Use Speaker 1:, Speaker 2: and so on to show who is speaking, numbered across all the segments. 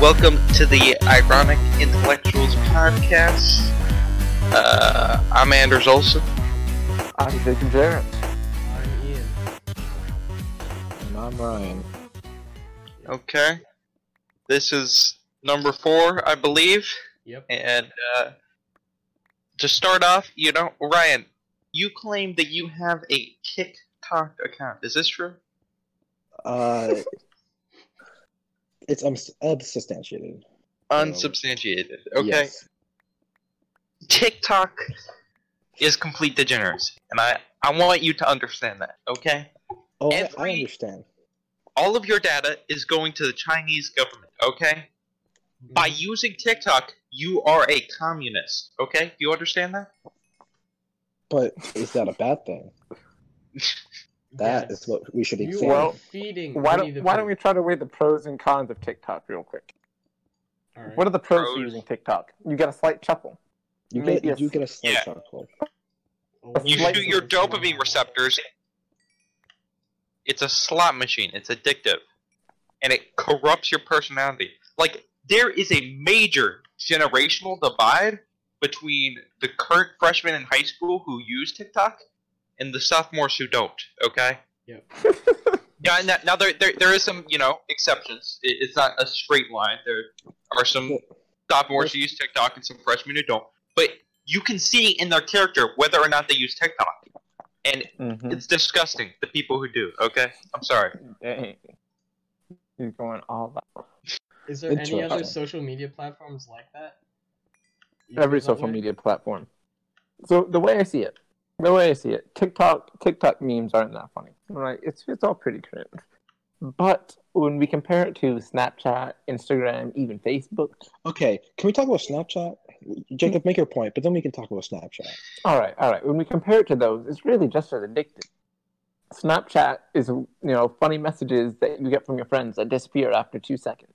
Speaker 1: Welcome to the Ironic Intellectuals podcast. Uh, I'm Anders Olson.
Speaker 2: I'm Jacob Jarrett.
Speaker 3: I'm Ian.
Speaker 2: And I'm Ryan.
Speaker 1: Okay. This is number four, I believe.
Speaker 3: Yep.
Speaker 1: And uh, to start off, you know, Ryan, you claim that you have a TikTok account. Is this true?
Speaker 2: Uh, it's uh, unsubstantiated. unsubstantiated.
Speaker 1: Unsubstantiated. Okay.
Speaker 2: Yes.
Speaker 1: TikTok is complete degeneracy, and I, I want you to understand that, okay?
Speaker 2: Oh, I- I,
Speaker 1: Every-
Speaker 2: understand.
Speaker 1: all of your data is going to the Chinese government, okay? By using TikTok, you are a communist, okay? Do you understand that?
Speaker 2: But is that a bad thing? That is
Speaker 3: Yes.
Speaker 2: what we should
Speaker 3: you
Speaker 2: examine.
Speaker 3: are
Speaker 4: Well,
Speaker 3: feeding.
Speaker 4: Why
Speaker 3: Winnie
Speaker 4: don't,
Speaker 3: the
Speaker 4: why don't we
Speaker 3: Pooh.
Speaker 4: try to weigh the pros and cons of TikTok real quick?
Speaker 3: Alright.
Speaker 4: What are the pros,
Speaker 1: Pros.
Speaker 4: to using TikTok? You get a slight chuckle.
Speaker 2: you
Speaker 4: maybe
Speaker 2: get you
Speaker 4: if-
Speaker 2: do get a slight
Speaker 1: Yeah.
Speaker 2: chuckle.
Speaker 3: Oh,
Speaker 1: You
Speaker 4: Like-
Speaker 1: shoot your dopamine receptors. It's a slot machine. It's addictive. And it corrupts your personality. Like, there is a major generational divide between the current freshmen in high school who use TikTok and the sophomores who don't, okay?
Speaker 3: Yep.
Speaker 1: yeah, and that, now there, there, there is some, you know, exceptions. It, it's not a straight line. There are some sophomores who use TikTok and some freshmen who don't. But you can see in their character whether or not they use TikTok. And
Speaker 2: Hmm.
Speaker 4: Mm-hmm.
Speaker 1: it's disgusting, the people who do, okay? I'm sorry.
Speaker 4: Dang. He's going all out.
Speaker 3: Is there any other
Speaker 2: Interesting.
Speaker 3: social media platforms like that? You
Speaker 4: Every
Speaker 3: feel that
Speaker 4: social
Speaker 3: way?
Speaker 4: media platform. So the way I see it, the way I see it, TikTok TikTok memes aren't that funny. Right? It's it's all pretty cringe. But when we compare it to Snapchat, Instagram, even Facebook,
Speaker 2: Okay, can we talk about Snapchat? Jacob, make your point, but then we can talk about Snapchat.
Speaker 4: All right, all right. When we compare it to those, it's really just as addictive. Snapchat is, you know, funny messages that you get from your friends that disappear after two seconds.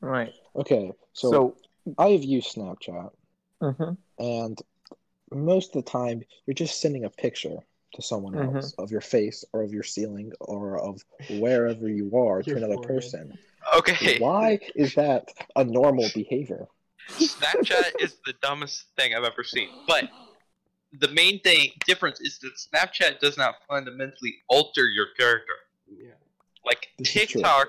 Speaker 4: Right.
Speaker 2: Okay, so,
Speaker 4: So,
Speaker 2: I have used Snapchat,
Speaker 4: mhm,
Speaker 2: and most of the time you're just sending a picture to someone
Speaker 4: Mhm.
Speaker 3: Mm-hmm.
Speaker 2: else of your face or of your ceiling or of wherever you are to
Speaker 3: Your
Speaker 2: another
Speaker 3: forehead.
Speaker 2: person.
Speaker 1: Okay.
Speaker 2: Why is that a normal behavior?
Speaker 1: Snapchat is the dumbest thing I've ever seen. But the main thing difference is that Snapchat does not fundamentally alter your character.
Speaker 3: Yeah.
Speaker 1: Like
Speaker 2: This is true.
Speaker 1: TikTok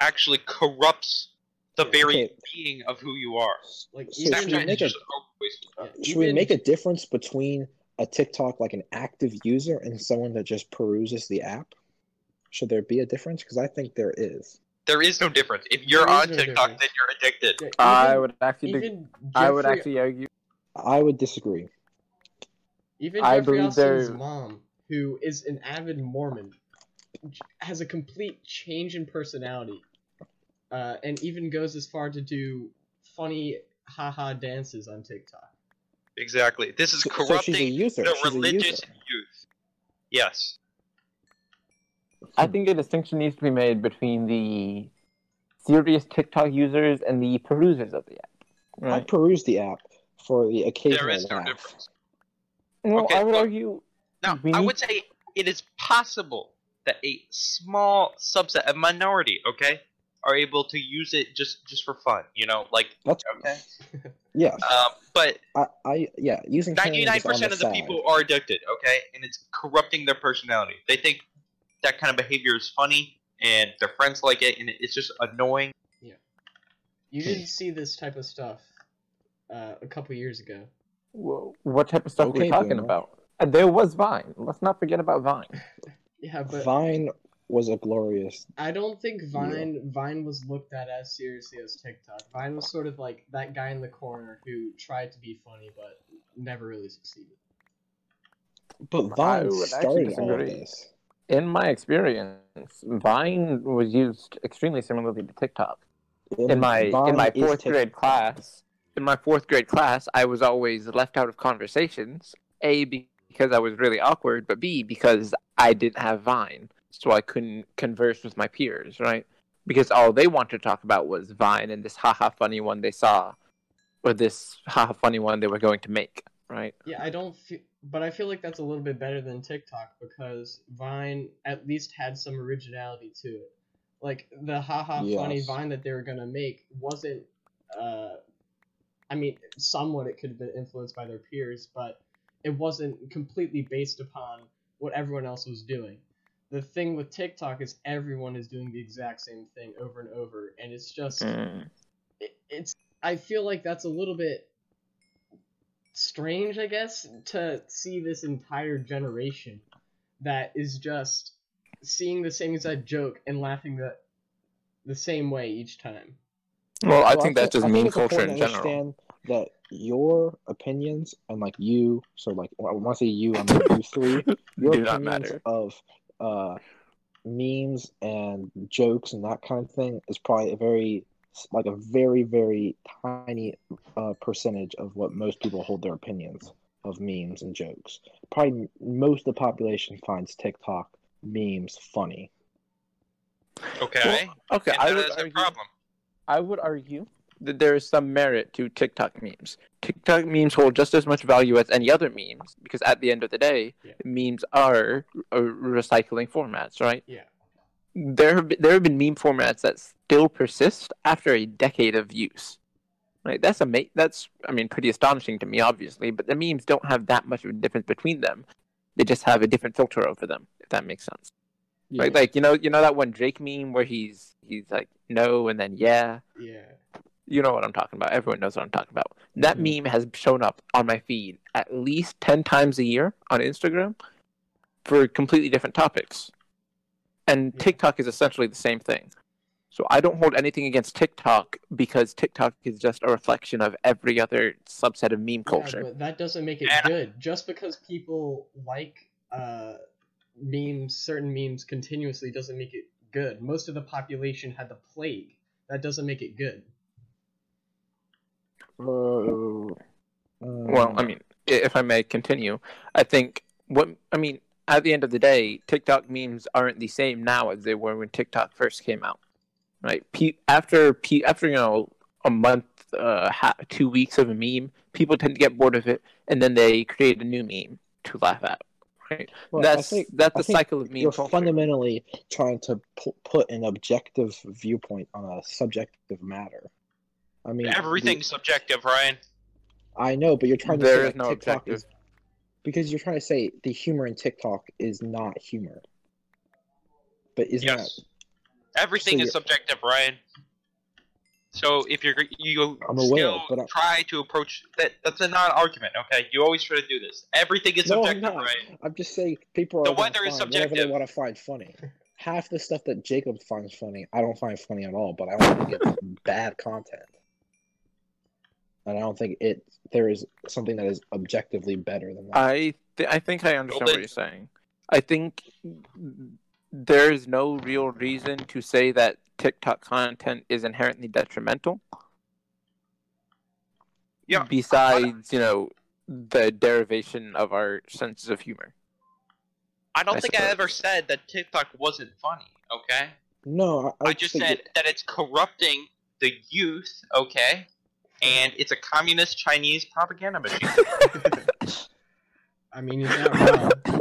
Speaker 1: actually corrupts the very
Speaker 2: Okay.
Speaker 1: being of who you are.
Speaker 3: Like
Speaker 2: So
Speaker 3: even,
Speaker 2: should we
Speaker 1: Snapchat is
Speaker 2: make a-
Speaker 1: just always
Speaker 3: yeah,
Speaker 2: Should we
Speaker 3: even-
Speaker 2: make a difference between a TikTok like an active user and someone that just peruses the app? Should there be a difference? Because I think there is.
Speaker 1: there is no difference. If you're
Speaker 3: There is
Speaker 1: on
Speaker 3: no
Speaker 1: TikTok,
Speaker 3: difference.
Speaker 1: then you're addicted.
Speaker 3: yeah, even-
Speaker 4: I would actually, dig-
Speaker 3: Even
Speaker 4: I would
Speaker 3: Jeffrey-
Speaker 4: actually argue.
Speaker 2: I would disagree.
Speaker 3: Even
Speaker 4: I
Speaker 3: Jeffrey
Speaker 4: believe
Speaker 3: Austin's
Speaker 4: there-
Speaker 3: mom, who is an avid Mormon, j- has a complete change in personality, uh, and even goes as far to do funny haha dances on TikTok.
Speaker 1: Exactly. This is
Speaker 2: So, so she's a
Speaker 1: corrupting
Speaker 2: user.
Speaker 1: the
Speaker 2: She's a
Speaker 1: religious
Speaker 2: user.
Speaker 1: youth. Yes.
Speaker 4: I think a distinction needs to be made between the serious TikTok users and the perusers of the app.
Speaker 2: I
Speaker 4: Right.
Speaker 2: peruse the app for the occasional
Speaker 1: There is no
Speaker 2: laugh.
Speaker 1: difference.
Speaker 4: Well,
Speaker 1: okay,
Speaker 4: I would
Speaker 1: look.
Speaker 4: argue.
Speaker 1: Now,
Speaker 2: Mm-hmm.
Speaker 4: We
Speaker 1: I
Speaker 4: need-
Speaker 1: would say it is possible that a small subset, a minority, okay, are able to use it just just for fun. You know, like
Speaker 2: That's
Speaker 1: okay.
Speaker 2: Yes,
Speaker 1: Um, but
Speaker 2: I, I yeah using Canva is
Speaker 1: ninety-nine
Speaker 2: on
Speaker 1: percent of the
Speaker 2: side.
Speaker 1: people are addicted, okay, and it's corrupting their personality. They think that kind of behavior is funny, and their friends like it, and it's just annoying.
Speaker 3: You didn't see this type of stuff uh, a couple years ago.
Speaker 4: Whoa, what type of stuff are
Speaker 2: Okay,
Speaker 4: we talking
Speaker 2: boomer.
Speaker 4: about? And There was Vine. Let's not forget about Vine.
Speaker 3: Yeah, but
Speaker 2: Vine was a glorious.
Speaker 3: I don't think Vine Vine was looked at as seriously as TikTok. Vine was sort of like that guy in the corner who tried to be funny but never really succeeded.
Speaker 2: But
Speaker 4: I
Speaker 2: Vine
Speaker 4: would actually
Speaker 2: started all of
Speaker 4: disagree.
Speaker 2: this.
Speaker 4: In my experience, Vine was used extremely similarly to TikTok. In my in
Speaker 2: Vine
Speaker 4: my
Speaker 2: is
Speaker 4: fourth
Speaker 2: TikTok.
Speaker 4: grade class, in my fourth grade class, I was always left out of conversations. A be- because I was really awkward, but B because I didn't have Vine, so I couldn't converse with my peers, right? Because all they wanted to talk about was Vine and this haha funny one they saw, or this haha funny one they were going to make, right?
Speaker 3: Yeah, I don't feel, but I feel like that's a little bit better than TikTok because Vine at least had some originality to it. Like the haha funny
Speaker 2: Yes.
Speaker 3: Vine that they were gonna make wasn't. Uh, I mean, somewhat it could have been influenced by their peers, but it wasn't completely based upon what everyone else was doing. The thing with TikTok is everyone is doing the exact same thing over and over, and it's just
Speaker 4: Mm.
Speaker 2: Mm.
Speaker 3: it, it's I feel like that's a little bit strange, I guess, to see this entire generation that is just seeing the same exact joke and laughing the the same way each time.
Speaker 4: Well, I
Speaker 2: Well,
Speaker 4: think that's just
Speaker 2: I think
Speaker 4: mean
Speaker 2: it's important
Speaker 4: culture in
Speaker 2: to
Speaker 4: general.
Speaker 2: Understand that your opinions and like you, so like when I want to say you, I mean you three, your
Speaker 4: Do not
Speaker 2: opinions
Speaker 4: matter.
Speaker 2: of uh, memes and jokes and that kind of thing is probably a very like a very very tiny uh, percentage of what most people hold their opinions of memes and jokes. Probably most of the population finds TikTok memes funny.
Speaker 1: Okay.
Speaker 4: Okay,
Speaker 1: and
Speaker 4: I
Speaker 1: that
Speaker 4: would
Speaker 1: is a
Speaker 4: argue-
Speaker 1: problem.
Speaker 4: I would argue that there is some merit to TikTok memes. TikTok memes hold just as much value as any other memes because at the end of the day,
Speaker 3: Yeah.
Speaker 4: memes are uh, recycling formats, right?
Speaker 3: Yeah.
Speaker 4: There have been, there have been meme formats that still persist after a decade of use. Right? That's ama- that's I mean pretty astonishing to me obviously, but the memes don't have that much of a difference between them. They just have a different filter over them, if that makes sense. Like, like you know, you know that one Drake meme where he's he's like no and then yeah.
Speaker 3: Yeah.
Speaker 4: You know what I'm talking about. Everyone knows what I'm talking about. That
Speaker 3: Mm-hmm.
Speaker 2: Mhm.
Speaker 4: meme has shown up on my feed at least ten times a year on Instagram for completely different topics, and
Speaker 3: Yeah.
Speaker 4: TikTok is essentially the same thing. So I don't hold anything against TikTok because TikTok is just a reflection of every other subset of meme culture.
Speaker 3: Yeah, but that doesn't make it
Speaker 1: And-
Speaker 3: good. Just because people like uh, memes, certain memes continuously doesn't make it good. Most of the population had the plague. That doesn't make it good.
Speaker 2: Uh, Um,
Speaker 4: Well, I mean, i- if I may continue, I think what I mean at the end of the day, TikTok memes aren't the same now as they were when TikTok first came out, right? Pe- after pe- after you know a month, uh, ha- two weeks of a meme, people tend to get bored of it, and then they create a new meme to laugh at. Right?
Speaker 2: Well, I
Speaker 4: that's
Speaker 2: think-
Speaker 4: that's
Speaker 2: I
Speaker 4: the
Speaker 2: think
Speaker 4: cycle of meme
Speaker 2: you're
Speaker 4: culture.
Speaker 2: fundamentally trying to pu- put an objective viewpoint on a subjective matter. I mean,
Speaker 1: Everything's subjective, Ryan.
Speaker 2: the- I know, but you're trying to
Speaker 4: There
Speaker 2: say
Speaker 4: is
Speaker 2: like,
Speaker 4: no
Speaker 2: TikTok
Speaker 4: objective.
Speaker 2: is because you're trying to say the humor in TikTok is not humor. But isn't
Speaker 1: Yes. Everything
Speaker 2: So
Speaker 1: is
Speaker 2: you-
Speaker 1: subjective, Ryan. So if you're you
Speaker 2: I'm
Speaker 1: still
Speaker 2: aware, but I-
Speaker 1: try to approach that, that's a non-argument. Okay, you always try to do this. Everything is
Speaker 2: No, I'm
Speaker 1: subjective,
Speaker 2: not.
Speaker 1: Ryan.
Speaker 2: that? I'm just saying people are
Speaker 1: The
Speaker 2: gonna
Speaker 1: weather is
Speaker 2: find whatever they
Speaker 1: subjective.
Speaker 2: want to find funny. Half the stuff that Jacob finds funny, I don't find funny at all. But I don't think it's bad content, and I don't think it there is something that is objectively better than that.
Speaker 4: I th- I think I understand what
Speaker 1: Golden.
Speaker 4: you're saying. I think there is no real reason to say that TikTok content is inherently detrimental.
Speaker 1: Yeah,
Speaker 4: Besides, you know, the derivation of our senses of humor.
Speaker 1: I don't
Speaker 4: I
Speaker 1: think I
Speaker 4: suppose.
Speaker 1: ever said that TikTok wasn't funny. Okay,
Speaker 2: No, I,
Speaker 1: I just
Speaker 2: think
Speaker 1: said that it's corrupting the youth. Okay, and it's a communist Chinese propaganda machine.
Speaker 3: I mean, he's not wrong.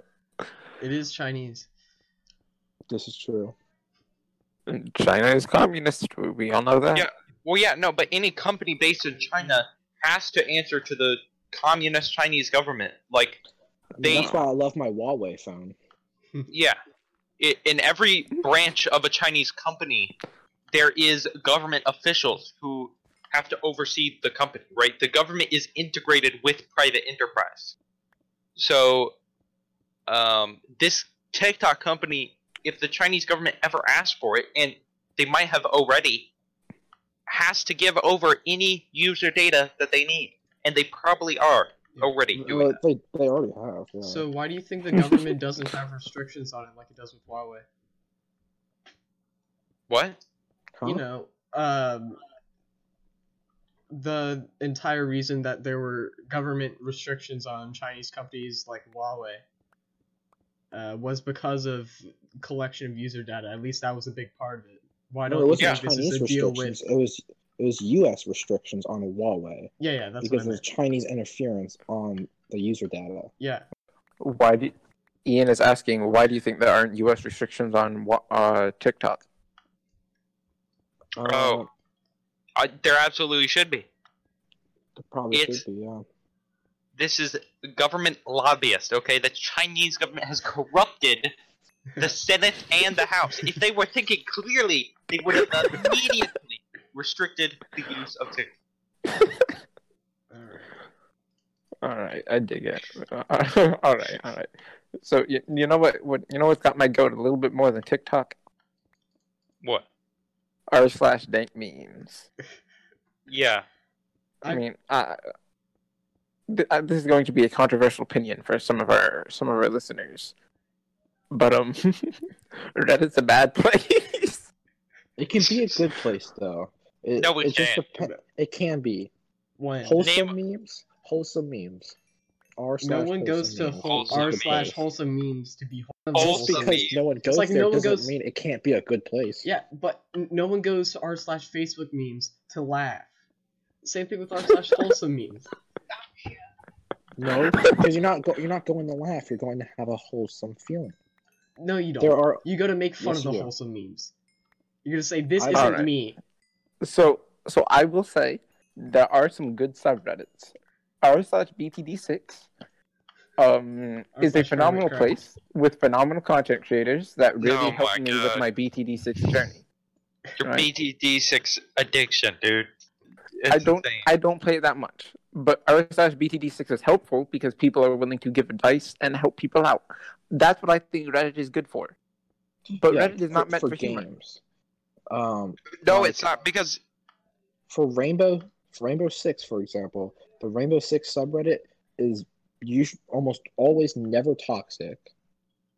Speaker 3: it is Chinese.
Speaker 2: this is true.
Speaker 4: China is communist. we- We all know that.
Speaker 1: Yeah. Well, yeah, no, but any company based in China has to answer to the communist Chinese government. Like,
Speaker 2: I mean,
Speaker 1: They-
Speaker 2: that's why I love my Huawei phone.
Speaker 1: yeah, i in every branch of a Chinese company, there is government officials who have to oversee the company. Right, the government is integrated with private enterprise. So, um, this TikTok company, if the Chinese government ever asks for it, and they might have already, has to give over any user data that they need, and they probably are already doing
Speaker 2: Well, they, they already have. Yeah.
Speaker 3: So why do you think the government doesn't have restrictions on it like it does with Huawei?
Speaker 1: what.
Speaker 2: Huh?
Speaker 3: you know, um, the entire reason that there were government restrictions on Chinese companies like Huawei uh, was because of collection of user data. At least that was a big part of it. Why
Speaker 2: No,
Speaker 3: don't
Speaker 2: it
Speaker 3: you
Speaker 2: wasn't
Speaker 3: think this is
Speaker 2: Chinese
Speaker 3: a deal with?
Speaker 2: restrictions. It was it was U.S. restrictions on Huawei
Speaker 3: Yeah, yeah, that's what I
Speaker 2: because there's
Speaker 3: meant.
Speaker 2: Chinese interference on the user data.
Speaker 3: Yeah,
Speaker 4: Why do Ian is asking why do you think there aren't U.S. restrictions on wha- uh, TikTok?
Speaker 3: Oh.
Speaker 1: Bro. I, there absolutely should be.
Speaker 2: Uh, probably
Speaker 1: It's-
Speaker 2: should be, yeah.
Speaker 1: This is government lobbyist, okay? The Chinese government has corrupted the Senate and the House. If they were thinking clearly, they would have immediately restricted the use of TikTok.
Speaker 3: Alright.
Speaker 4: All right, I dig it. all right, all right. So you, you know what, what you know what's got my goat a little bit more than TikTok?
Speaker 1: What?
Speaker 4: R slash dank memes.
Speaker 1: Yeah.
Speaker 4: I,
Speaker 3: I-
Speaker 4: mean, I, th- I, this is going to be a controversial opinion for some of our some of our listeners, but um, Reddit's a bad place.
Speaker 2: It can be a good place though. It,
Speaker 1: No, we
Speaker 2: it just
Speaker 1: can't.
Speaker 2: depend- It can be
Speaker 3: When?
Speaker 2: wholesome memes. Wholesome memes. R
Speaker 3: No
Speaker 2: slash
Speaker 3: one goes
Speaker 2: wholesome
Speaker 3: to
Speaker 2: memes.
Speaker 3: whole,
Speaker 1: Wholesome
Speaker 3: r
Speaker 1: memes.
Speaker 3: slash wholesome memes to be
Speaker 2: Just
Speaker 1: wholesome
Speaker 2: because
Speaker 1: memes.
Speaker 2: no one goes
Speaker 3: like
Speaker 2: there
Speaker 3: no one
Speaker 2: doesn't
Speaker 3: goes-
Speaker 2: mean it can't be a good place.
Speaker 3: Yeah, but n- no one goes to r slash Facebook memes to laugh. Same thing with r slash wholesome memes.
Speaker 2: No, because you're not go- you're not going to laugh. You're going to have a wholesome feeling.
Speaker 3: No, you don't.
Speaker 2: There are
Speaker 3: You go to make fun
Speaker 2: Yes,
Speaker 3: of
Speaker 2: you
Speaker 3: the
Speaker 2: do.
Speaker 3: wholesome memes. You're gonna say this
Speaker 2: I-
Speaker 3: isn't
Speaker 4: Alright.
Speaker 3: me.
Speaker 4: So so I will say there are some good subreddits. R slash BTD six um
Speaker 3: R
Speaker 4: is
Speaker 3: slash
Speaker 4: a
Speaker 3: Hermit
Speaker 4: phenomenal
Speaker 3: Crab.
Speaker 4: place with phenomenal content creators that really
Speaker 1: Oh
Speaker 4: helped
Speaker 1: my
Speaker 4: me with
Speaker 1: God.
Speaker 4: my BTD six journey.
Speaker 1: Your
Speaker 4: Right.
Speaker 1: BTD6 addiction, dude. It's
Speaker 4: I don't
Speaker 1: insane.
Speaker 4: I don't play it that much. But R slash BTD six is helpful because people are willing to give advice and help people out. That's what I think Reddit is good for. But
Speaker 2: yeah,
Speaker 4: Reddit is not meant for, humor.
Speaker 2: games. Um,
Speaker 1: no,
Speaker 2: like-
Speaker 1: it's not because
Speaker 2: for Rainbow for Rainbow Six, for example, the Rainbow Six subreddit is usually almost always never toxic,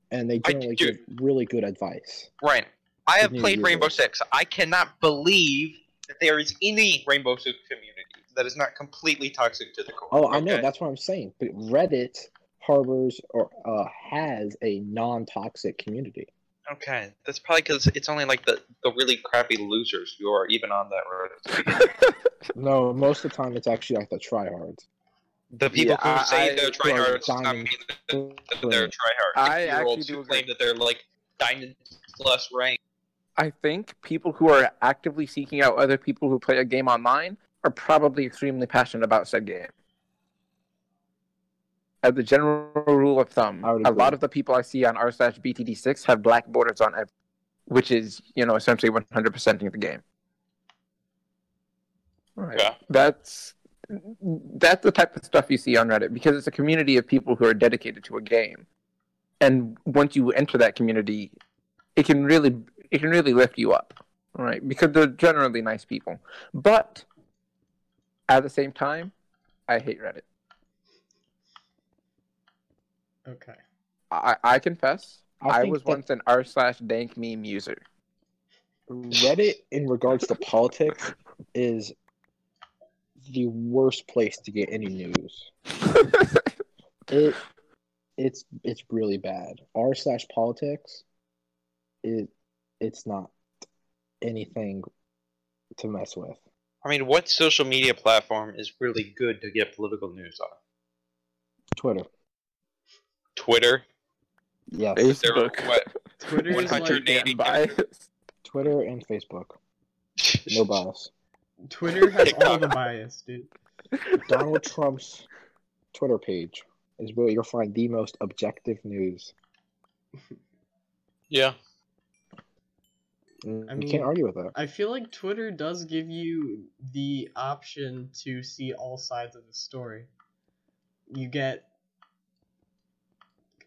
Speaker 2: and they
Speaker 1: I-
Speaker 2: generally give
Speaker 1: dude.
Speaker 2: really good advice.
Speaker 1: Ryan, I have
Speaker 2: Give me
Speaker 1: played
Speaker 2: your
Speaker 1: Rainbow
Speaker 2: vote.
Speaker 1: Six. I cannot believe that there is any Rainbow Six community that is not completely toxic to the core.
Speaker 2: Oh, I know.
Speaker 1: okay?
Speaker 2: That's what I'm saying. But Reddit harbors or uh, has a non-toxic community.
Speaker 1: Okay, that's probably because it's only like the, the really crappy losers who are even on that road.
Speaker 2: No, most of the time it's actually like the tryhards.
Speaker 1: The people
Speaker 4: Yeah,
Speaker 1: who say
Speaker 4: I-
Speaker 1: they're
Speaker 4: I-
Speaker 1: tryhards does not mean
Speaker 2: Diamond
Speaker 1: that they're tryhards.
Speaker 4: I
Speaker 1: Six-year-olds
Speaker 4: actually do
Speaker 1: who
Speaker 4: agree.
Speaker 1: claim that they're like diamond plus rank.
Speaker 4: I think people who are actively seeking out other people who play a game online are probably extremely passionate about said game. As a general rule of thumb,
Speaker 2: I would
Speaker 4: a
Speaker 2: agree.
Speaker 4: lot of the people I see on r slash BTD6 have black borders on every, which is, you know, essentially 100%ing the game. Right.
Speaker 1: Yeah.
Speaker 4: That's that's the type of stuff you see on Reddit because it's a community of people who are dedicated to a game. And once you enter that community, it can really it can really lift you up, right? Because they're generally nice people. But at the same time, I hate Reddit.
Speaker 3: Okay.
Speaker 4: I, I confess,
Speaker 2: I
Speaker 4: I,
Speaker 2: think
Speaker 4: was
Speaker 2: that-
Speaker 4: once an r slash dank meme user.
Speaker 2: Reddit, in regards to politics, is the worst place to get any news. It, it's it's really bad. R slash politics, it it's not anything to mess with.
Speaker 1: I mean, what social media platform is really good to get political news on?
Speaker 2: Twitter,
Speaker 1: Twitter.
Speaker 2: yes,
Speaker 1: There,
Speaker 4: Facebook.
Speaker 1: what,
Speaker 3: Twitter is like
Speaker 1: 180
Speaker 4: Yeah, biased.
Speaker 2: Twitter and Facebook. No bias.
Speaker 3: Twitter has all the bias, dude.
Speaker 2: Donald Trump's Twitter page is where you'll find the most objective news.
Speaker 1: Yeah.
Speaker 2: Mm,
Speaker 3: I
Speaker 2: you
Speaker 3: mean-
Speaker 2: can't argue with that.
Speaker 3: I feel like Twitter does give you the option to see all sides of the story. You get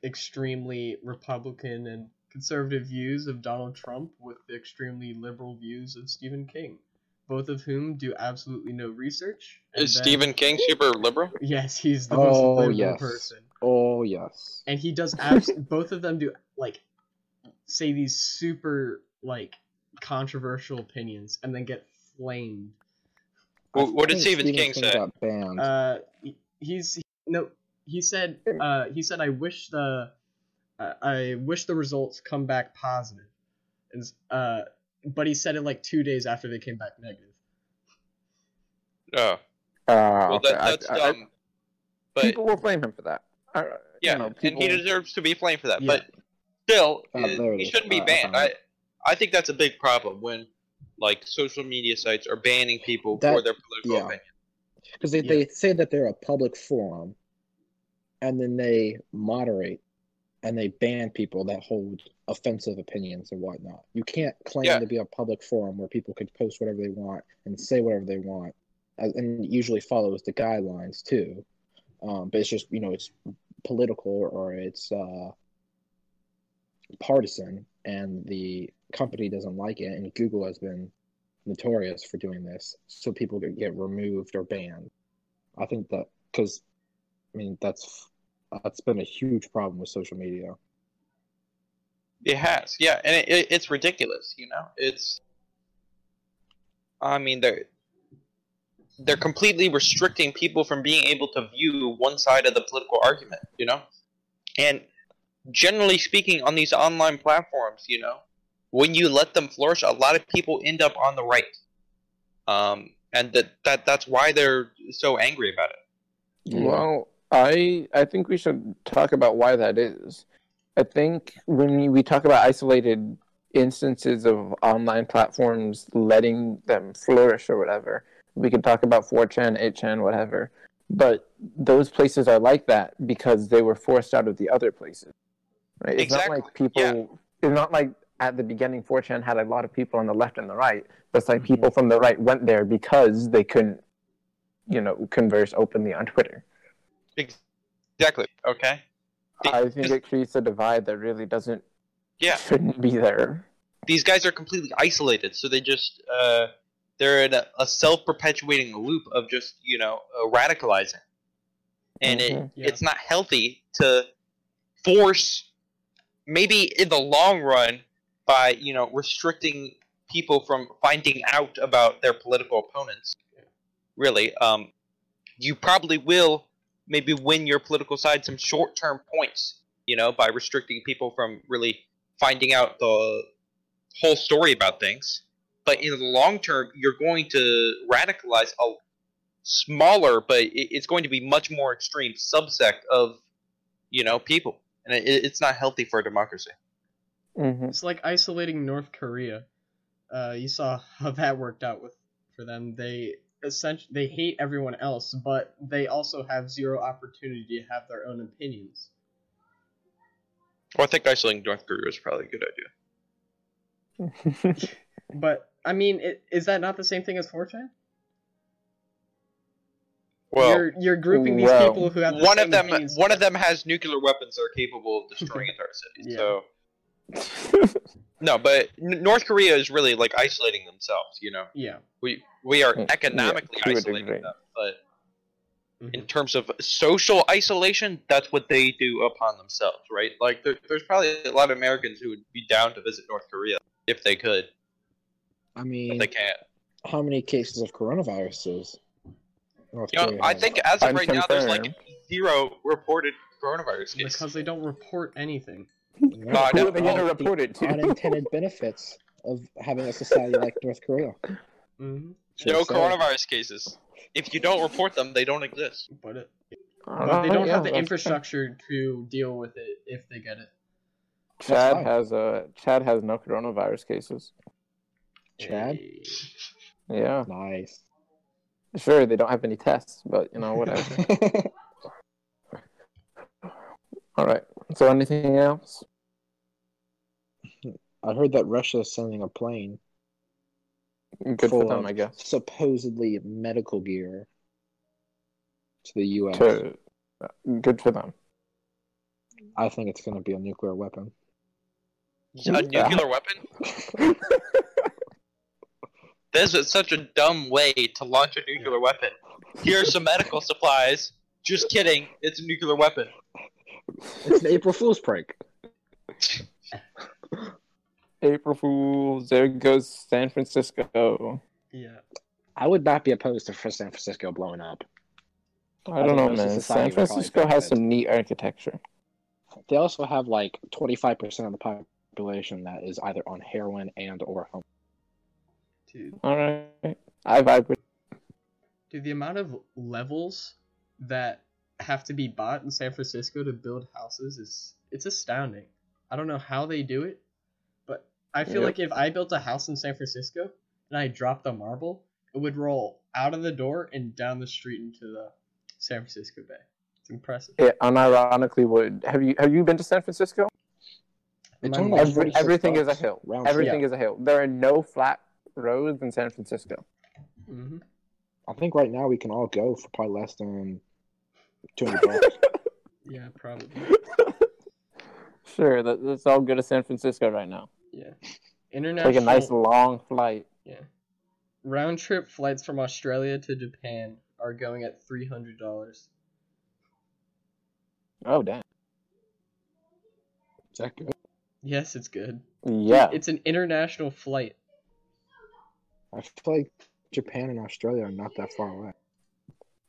Speaker 3: extremely Republican and conservative views of Donald Trump with the extremely liberal views of Stephen King, both of whom do absolutely no research. and
Speaker 1: Is
Speaker 3: then-
Speaker 1: Stephen King super liberal?
Speaker 3: Yes, he's the most
Speaker 2: Oh,
Speaker 3: liberal
Speaker 2: yes.
Speaker 3: person.
Speaker 2: Oh yes.
Speaker 3: and he does abs- both of them do like say these super like controversial opinions and then get flamed
Speaker 1: Wh- what did
Speaker 2: I think
Speaker 1: Stephen King say?
Speaker 2: Got banned.
Speaker 3: uh he- he's he, no he said uh he said i wish the uh, i wish the results come back positive and s- uh but he said it like two days after they came back negative
Speaker 1: Oh,
Speaker 4: Ah,
Speaker 1: well,
Speaker 4: okay.
Speaker 1: that,
Speaker 4: I-
Speaker 1: that's
Speaker 4: I- I-
Speaker 1: dumb. But
Speaker 4: people will blame him for that. I- you
Speaker 1: yeah,
Speaker 4: know,
Speaker 1: and
Speaker 4: people-
Speaker 1: he deserves to be blamed for that.
Speaker 3: Yeah.
Speaker 1: But still,
Speaker 2: Oh,
Speaker 1: uh,
Speaker 2: there it
Speaker 1: he
Speaker 2: is.
Speaker 1: shouldn't be
Speaker 2: Uh, I
Speaker 1: banned.
Speaker 2: found
Speaker 1: I, I think that's a big problem when like social media sites are banning people
Speaker 2: That-
Speaker 1: for their political
Speaker 2: yeah.
Speaker 1: opinion.
Speaker 2: because they, they say that they're a public forum and then they moderate and they ban people that hold offensive opinions and whatnot you can't claim
Speaker 1: Yeah.
Speaker 2: to be a public forum where people could post whatever they want and say whatever they want as- and it usually follows the guidelines too um, but it's just you know it's political or it's uh, partisan and the company doesn't like it and google has been notorious for doing this so people could get removed or banned i think that because i mean that's that's been a huge problem with social media
Speaker 1: It has, yeah, and it, it, it's ridiculous. You know, it's. I mean, they're they're completely restricting people from being able to view one side of the political argument. You know, and generally speaking, on these online platforms, you know, when you let them flourish, a lot of people end up on the right. Um, and that, that that's why they're so angry about it.
Speaker 4: Well, I I think we should talk about why that is. I think when we- we talk about isolated instances of online platforms letting them flourish or whatever, we can talk about 4chan, 8chan, whatever. But those places are like that because they were forced out of the other places. Right? It's not like
Speaker 1: Exactly,
Speaker 4: people. It's not like at the beginning 4chan had a lot of people on the left and the right. It's
Speaker 2: Mhm.
Speaker 4: like
Speaker 1: Mm-hmm.
Speaker 4: people from the right went there because they couldn't, you know, converse openly on Twitter.
Speaker 1: Ex- Exactly. Okay.
Speaker 4: I think
Speaker 1: Just-
Speaker 4: it creates a divide that really doesn't
Speaker 1: Yeah.
Speaker 4: shouldn't be there.
Speaker 1: these guys are completely isolated, so they just uh, they're in a, a self-perpetuating loop of just you know uh, radicalizing, and it
Speaker 4: Mhm.
Speaker 3: Yeah.
Speaker 1: it's not healthy to force. Maybe in the long run, by you know restricting people from finding out about their political opponents, really, um, you probably will maybe win your political side some short-term points, you know, by restricting people from really finding out the whole story about things. But in the long term, you're going to radicalize a smaller, but it- it's going to be much more extreme subsect of, you know, people, and it, it's not healthy for a democracy.
Speaker 4: Mhm.
Speaker 3: It's like isolating North Korea. Uh, you saw how that worked out with for them. They essentially they hate everyone else, but they also have zero opportunity to have their own opinions.
Speaker 1: Well, I think isolating North Korea is probably a good idea.
Speaker 3: But I mean, i- is that not the same thing as 4chan?
Speaker 1: Well,
Speaker 3: you're you're grouping these
Speaker 4: well,
Speaker 3: people who have the
Speaker 1: one
Speaker 3: same
Speaker 1: of them,
Speaker 3: opinions.
Speaker 1: one of them has nuclear weapons that are capable of destroying entire cities.
Speaker 3: Yeah.
Speaker 1: So no, but N- North Korea is really like isolating themselves. You know,
Speaker 3: Yeah.
Speaker 1: we we are
Speaker 4: Yeah, yeah,
Speaker 1: economically
Speaker 4: to a
Speaker 1: isolating
Speaker 4: degree.
Speaker 1: them, but
Speaker 3: Mhm.
Speaker 1: in terms of social isolation, that's what they do upon themselves, right? Like, there, there's probably a lot of Americans who would be down to visit North Korea if they could,
Speaker 2: i
Speaker 1: but
Speaker 2: mean
Speaker 1: they can't.
Speaker 2: how many cases of coronaviruses North
Speaker 1: You know,
Speaker 2: Korea
Speaker 1: I
Speaker 2: has?
Speaker 1: think as of right now, there's like
Speaker 4: Unconfirmed.
Speaker 1: zero reported coronavirus cases.
Speaker 3: Because they don't report anything.
Speaker 2: Yeah.
Speaker 1: No, I
Speaker 4: Who
Speaker 1: know.
Speaker 4: are they gonna
Speaker 2: Oh, the
Speaker 4: report it to?
Speaker 2: unintended benefits of having a society like north korea
Speaker 3: hmm
Speaker 1: no
Speaker 2: So-
Speaker 1: coronavirus cases. If you don't report them, they don't exist.
Speaker 3: But, it,
Speaker 4: Oh,
Speaker 3: they don't
Speaker 4: yeah,
Speaker 3: have the
Speaker 4: that's-
Speaker 3: infrastructure to deal with it if they get it.
Speaker 4: Chad
Speaker 2: fine.
Speaker 4: has a Chad has no coronavirus cases.
Speaker 2: chad
Speaker 3: Hey.
Speaker 4: Yeah,
Speaker 2: nice
Speaker 4: sure they don't have any tests, but you know whatever. All right. So anything else?
Speaker 2: i heard that russia is sending a plane
Speaker 4: Good for
Speaker 2: full
Speaker 4: them,
Speaker 2: of
Speaker 4: I guess.
Speaker 2: supposedly medical gear to the U.S.
Speaker 4: To, good for them.
Speaker 2: I think it's going to be a nuclear weapon.
Speaker 1: A nuclear weapon? This is such a dumb way to launch a nuclear weapon. Here's some medical supplies. Just kidding. It's a nuclear weapon.
Speaker 2: It's an April Fool's prank.
Speaker 4: April Fools. There goes San Francisco.
Speaker 3: Yeah.
Speaker 2: I would not be opposed to for San Francisco blowing up.
Speaker 4: I
Speaker 2: think
Speaker 4: don't know,
Speaker 2: most of
Speaker 4: man. San
Speaker 2: society would probably
Speaker 4: Francisco
Speaker 2: think
Speaker 4: has
Speaker 2: that.
Speaker 4: some neat architecture.
Speaker 2: They also have like 25% of the population that is either on heroin and or home.
Speaker 3: Dude.
Speaker 4: All right, I vibe with.
Speaker 3: Dude, the amount of levels that have to be bought in San Francisco to build houses is it's astounding. I don't know how they do it, but I feel
Speaker 4: Yep.
Speaker 3: like if I built a house in San Francisco and and I dropped the marble, it would roll out of the door and down the street into the San Francisco Bay. It's impressive.
Speaker 4: It unironically would. Have you have you been to San Francisco?
Speaker 2: It's
Speaker 3: My mom-
Speaker 2: only like
Speaker 4: Every,
Speaker 2: 46
Speaker 4: everything is a
Speaker 2: bucks.
Speaker 4: hill.
Speaker 2: Round trip.
Speaker 4: Everything is a hill. There are no flat roads in San Francisco.
Speaker 3: Mhm.
Speaker 2: I think right now we can all go for probably less than two hundred bucks.
Speaker 3: Yeah, probably.
Speaker 4: Sure, that, that's all good to San Francisco right now.
Speaker 3: Yeah. International
Speaker 4: Take a nice long flight.
Speaker 3: round trip flights from Australia to Japan are going at three hundred dollars.
Speaker 4: Oh damn.
Speaker 2: Is that good?
Speaker 3: Yes, it's good.
Speaker 4: Yeah.
Speaker 3: It's an international flight.
Speaker 2: I feel like Japan and Australia are not that far away.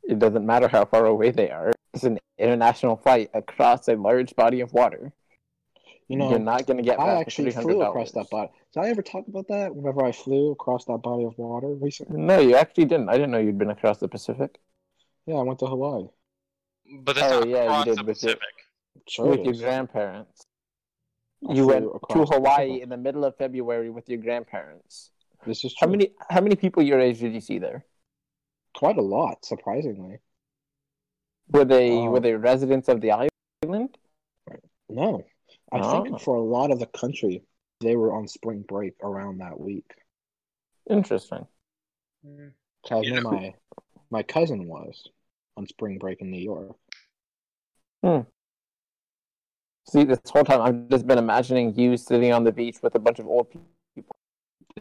Speaker 4: It doesn't matter how far away they are. It's an international flight across a large body of water.
Speaker 2: You know,
Speaker 4: You're not going to get.
Speaker 2: I
Speaker 4: back
Speaker 2: actually
Speaker 4: for
Speaker 2: flew across
Speaker 4: $300.
Speaker 2: that body. Did I ever talk about that? Whenever I flew across that body of water recently?
Speaker 4: No, you actually didn't. I didn't know you'd been across the Pacific
Speaker 2: Yeah, I went to Hawaii.
Speaker 1: But that's
Speaker 4: Oh,
Speaker 1: not
Speaker 4: yeah, you
Speaker 1: across
Speaker 4: did
Speaker 1: the
Speaker 4: with your-
Speaker 1: Pacific.
Speaker 2: Sure.
Speaker 4: with
Speaker 2: it
Speaker 4: your
Speaker 2: is.
Speaker 4: grandparents.
Speaker 2: Oh, I
Speaker 4: you
Speaker 2: flew
Speaker 4: went to
Speaker 2: across the
Speaker 4: Hawaii
Speaker 2: Pacific.
Speaker 4: in the middle of February with your grandparents.
Speaker 2: This is true.
Speaker 4: How many how many people your age did you see there?
Speaker 2: Quite a lot, surprisingly.
Speaker 4: Were they
Speaker 2: Oh.
Speaker 4: were they residents of the island?
Speaker 2: No, I
Speaker 4: Oh.
Speaker 2: think for a lot of the country, they were on spring break around that week.
Speaker 4: Interesting.
Speaker 2: Cause
Speaker 1: You
Speaker 2: I know
Speaker 1: know-
Speaker 2: my my cousin was on spring break in New York.
Speaker 4: See, this whole time I've just been imagining you sitting on the beach with a bunch of old people.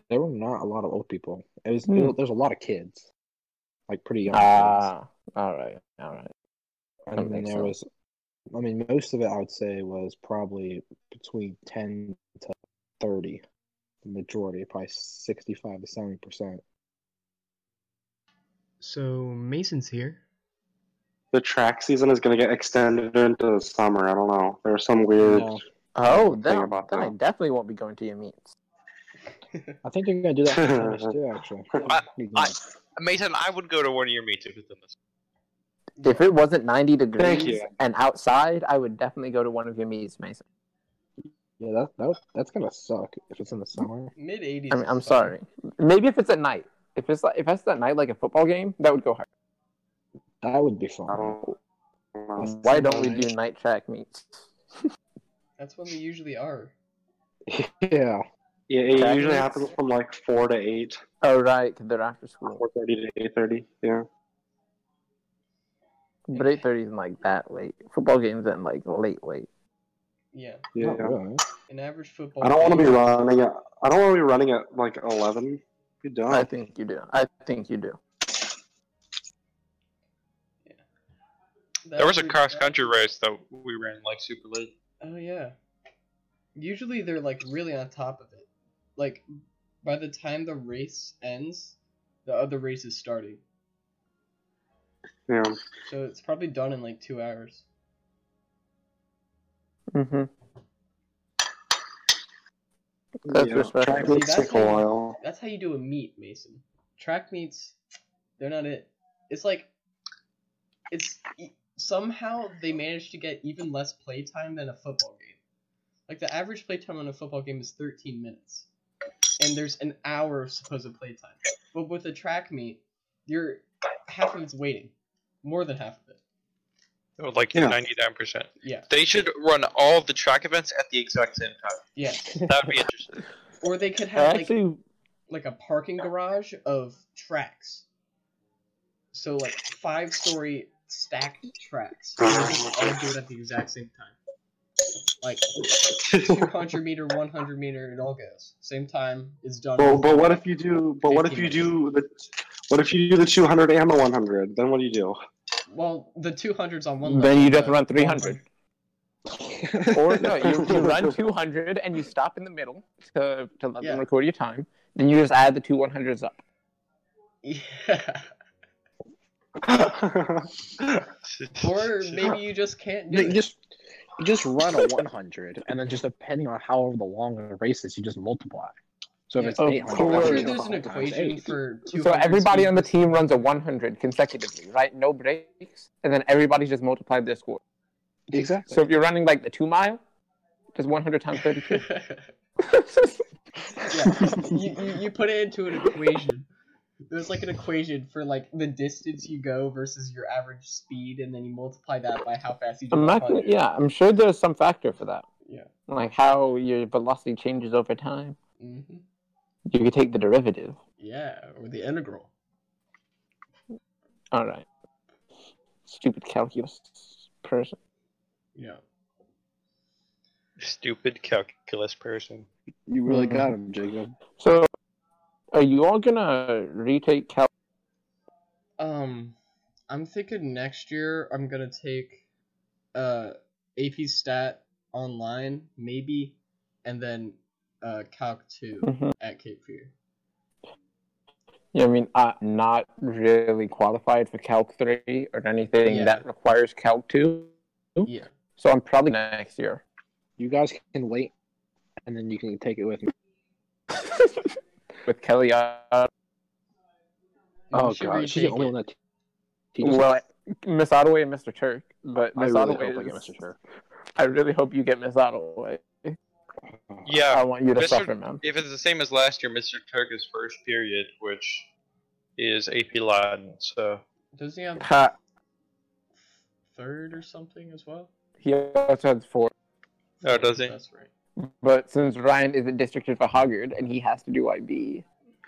Speaker 2: There were not a lot of old people. It was
Speaker 4: Hmm.
Speaker 2: there's a lot of kids, like pretty young kids.
Speaker 4: Ah, all right, all right. that
Speaker 2: And then
Speaker 4: makes
Speaker 2: there was, I mean, most of it I would say was probably between ten to thirty. The majority, probably sixty-five to seventy percent.
Speaker 3: So Mason's here.
Speaker 5: The track season is going to get extended into the summer. I don't know. There's some weird.
Speaker 2: No.
Speaker 4: Oh,
Speaker 5: Think
Speaker 4: then,
Speaker 5: about
Speaker 4: then I
Speaker 5: that.
Speaker 4: definitely won't be going to your meets.
Speaker 2: I think they're gonna do that for us too. Actually,
Speaker 1: I-
Speaker 4: Mm.
Speaker 1: Mason, I would go to one of your meets if it's in this.
Speaker 4: If it wasn't ninety degrees
Speaker 5: you.
Speaker 4: and outside, I would definitely go to one of your meets, Mason.
Speaker 2: yeah, that, that that's gonna suck if it's in the summer.
Speaker 3: Mid eighties.
Speaker 4: I mean, I'm sorry. Maybe if it's at night. If it's like, if it's at night, like a football game, that would go hard.
Speaker 2: That would be fun.
Speaker 5: I don't know.
Speaker 4: Why don't we do night track meets?
Speaker 3: That's when they usually are.
Speaker 2: Yeah,
Speaker 5: Yeah, it
Speaker 4: Track
Speaker 5: usually
Speaker 4: meets?
Speaker 5: happens from like four to eight,
Speaker 4: Oh right, 'cause they're after school.
Speaker 5: four thirty to eight thirty. Yeah.
Speaker 4: But eight thirty isn't like that late. Football games isn't like late late.
Speaker 3: Yeah.
Speaker 5: Yeah.
Speaker 4: Oh,
Speaker 2: Not really.
Speaker 3: An average football.
Speaker 5: I don't want to be
Speaker 3: game-
Speaker 5: running. At, I don't want to be running at like eleven. Be done.
Speaker 4: I think you do. I think you do.
Speaker 3: that
Speaker 1: There was a
Speaker 3: would-
Speaker 1: cross country race that we ran like super late.
Speaker 3: Oh yeah. Usually they're like really on top of it. Like by the time the race ends, the other race is starting.
Speaker 5: Yeah.
Speaker 3: So it's probably done in like two hours.
Speaker 4: Mm-hmm. That's
Speaker 5: yeah.
Speaker 4: respectful.
Speaker 5: Track
Speaker 4: See,
Speaker 5: meets
Speaker 3: that's
Speaker 5: take a
Speaker 3: how-
Speaker 5: while.
Speaker 3: That's how you do a meet, Mason. Track meets, they're not it. It's like, it's e- somehow they managed to get even less playtime than a football game. Like the average playtime on a football game is 13 minutes, and there's an hour of supposed playtime. But with a track meet, you're half of it's waiting, more than half of it.
Speaker 1: It was like
Speaker 5: Yeah.
Speaker 1: ninety nine percent.
Speaker 3: Yeah,
Speaker 1: They should run all the track events at the exact same time.
Speaker 3: yeah.
Speaker 1: That'd be interesting.
Speaker 3: Or they could
Speaker 4: I
Speaker 3: have like
Speaker 4: actually
Speaker 3: like a parking garage of tracks. So like five story stacked tracks. And they just all do it at the exact same time. Like two hundred meter, one hundred meter, it all goes. Same time, it's done.
Speaker 5: But, but what if you do? But what if
Speaker 3: 15
Speaker 5: you do the? What if you do the two hundred and the one hundred? Then what do you do?
Speaker 3: well the two hundreds on one
Speaker 4: then
Speaker 3: leg,
Speaker 4: you just
Speaker 3: the
Speaker 4: run three hundred.
Speaker 3: 100.
Speaker 4: or no, you, you run two hundred and you stop in the middle to to let
Speaker 3: Yeah.
Speaker 4: them record your time. Then you just add the two one hundreds up.
Speaker 3: Yeah. Or maybe you just can't
Speaker 2: No,
Speaker 3: do
Speaker 2: you
Speaker 3: it.
Speaker 2: just you just run a 100, and then just depending on how the long the race is, you just multiply. So if it's
Speaker 4: Of
Speaker 2: 800,
Speaker 3: I'm
Speaker 4: course.
Speaker 3: sure
Speaker 2: it's
Speaker 3: there's an
Speaker 2: 5 times
Speaker 3: equation
Speaker 2: eight.
Speaker 3: for two.
Speaker 4: So everybody on the team runs a 100 consecutively, right? No breaks, and then everybody just multiplied their score.
Speaker 2: exactly.
Speaker 4: So if you're running like the two mile, just 100 times 32.
Speaker 3: you, you, you put it into an equation. There's like an equation for like the distance you go versus your average speed, and then you multiply that by how fast you do.
Speaker 4: I'm not gonna, yeah, I'm sure there's some factor for that.
Speaker 3: Yeah.
Speaker 4: Like how your velocity changes over time.
Speaker 3: hmm
Speaker 4: You could take the derivative.
Speaker 3: Yeah, or the integral.
Speaker 4: All right. Stupid calculus person.
Speaker 3: Yeah.
Speaker 1: Stupid calculus person.
Speaker 6: You really
Speaker 4: Mhm.
Speaker 6: got him, Jacob.
Speaker 4: So, are you all gonna retake cal?
Speaker 3: Um, I'm thinking next year I'm gonna take, uh, AP Stat online maybe, and then, uh, Calc two
Speaker 2: Mm-hmm.
Speaker 4: Mhm.
Speaker 3: at Cape Fear.
Speaker 4: Yeah, I mean, uh, not really qualified for Calc three or anything
Speaker 3: Yeah.
Speaker 4: that requires Calc two.
Speaker 2: Hmm?
Speaker 3: Yeah.
Speaker 4: So I'm probably next year.
Speaker 2: You guys can wait, and then you can take it with me.
Speaker 4: with Kelly. Uh,
Speaker 3: You
Speaker 2: oh
Speaker 3: should
Speaker 2: god, she's the
Speaker 3: retake
Speaker 2: only
Speaker 3: it.
Speaker 2: one that. teaches
Speaker 4: well, Miss Ottaway and Mr. Turk, but
Speaker 2: I
Speaker 4: Miss
Speaker 2: really
Speaker 4: Ottaway.
Speaker 2: hope I get
Speaker 4: is-
Speaker 2: Mr. Sure.
Speaker 4: I really hope you get Miss Ottaway. I
Speaker 1: Yeah,
Speaker 4: want you to
Speaker 1: Mr.
Speaker 4: suffer, man.
Speaker 1: if it's the same as last year, Mr. Turk is first period, which is AP Latin. So
Speaker 3: Does he have
Speaker 4: Ha,
Speaker 3: third or something as well?
Speaker 4: he also has four.
Speaker 1: Oh, does he?
Speaker 3: That's right.
Speaker 4: But since Ryan isn't districted for Hoggard and he has to do IB,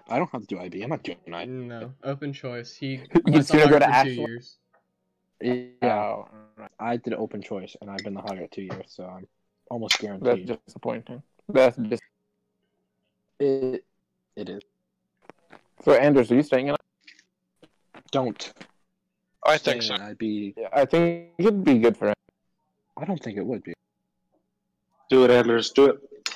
Speaker 2: I don't have to do IB. I'm not doing IB.
Speaker 3: No, open choice. He
Speaker 4: You
Speaker 3: was
Speaker 4: Mm, gonna
Speaker 3: on
Speaker 4: go to
Speaker 3: for two
Speaker 4: Ashland?
Speaker 3: years.
Speaker 2: Yeah,
Speaker 4: oh, right.
Speaker 2: I did open choice, and I've been the hogger two years, so I'm almost
Speaker 4: that's
Speaker 2: guaranteed.
Speaker 4: disappointing. That's dis-
Speaker 2: It, it is.
Speaker 4: so. Anders, are you staying in?
Speaker 2: Don't.
Speaker 1: I think so.
Speaker 2: stay in IB.
Speaker 4: Yeah, I think it'd be good for him.
Speaker 2: I don't think it would be.
Speaker 5: Do it, Anders. Do it.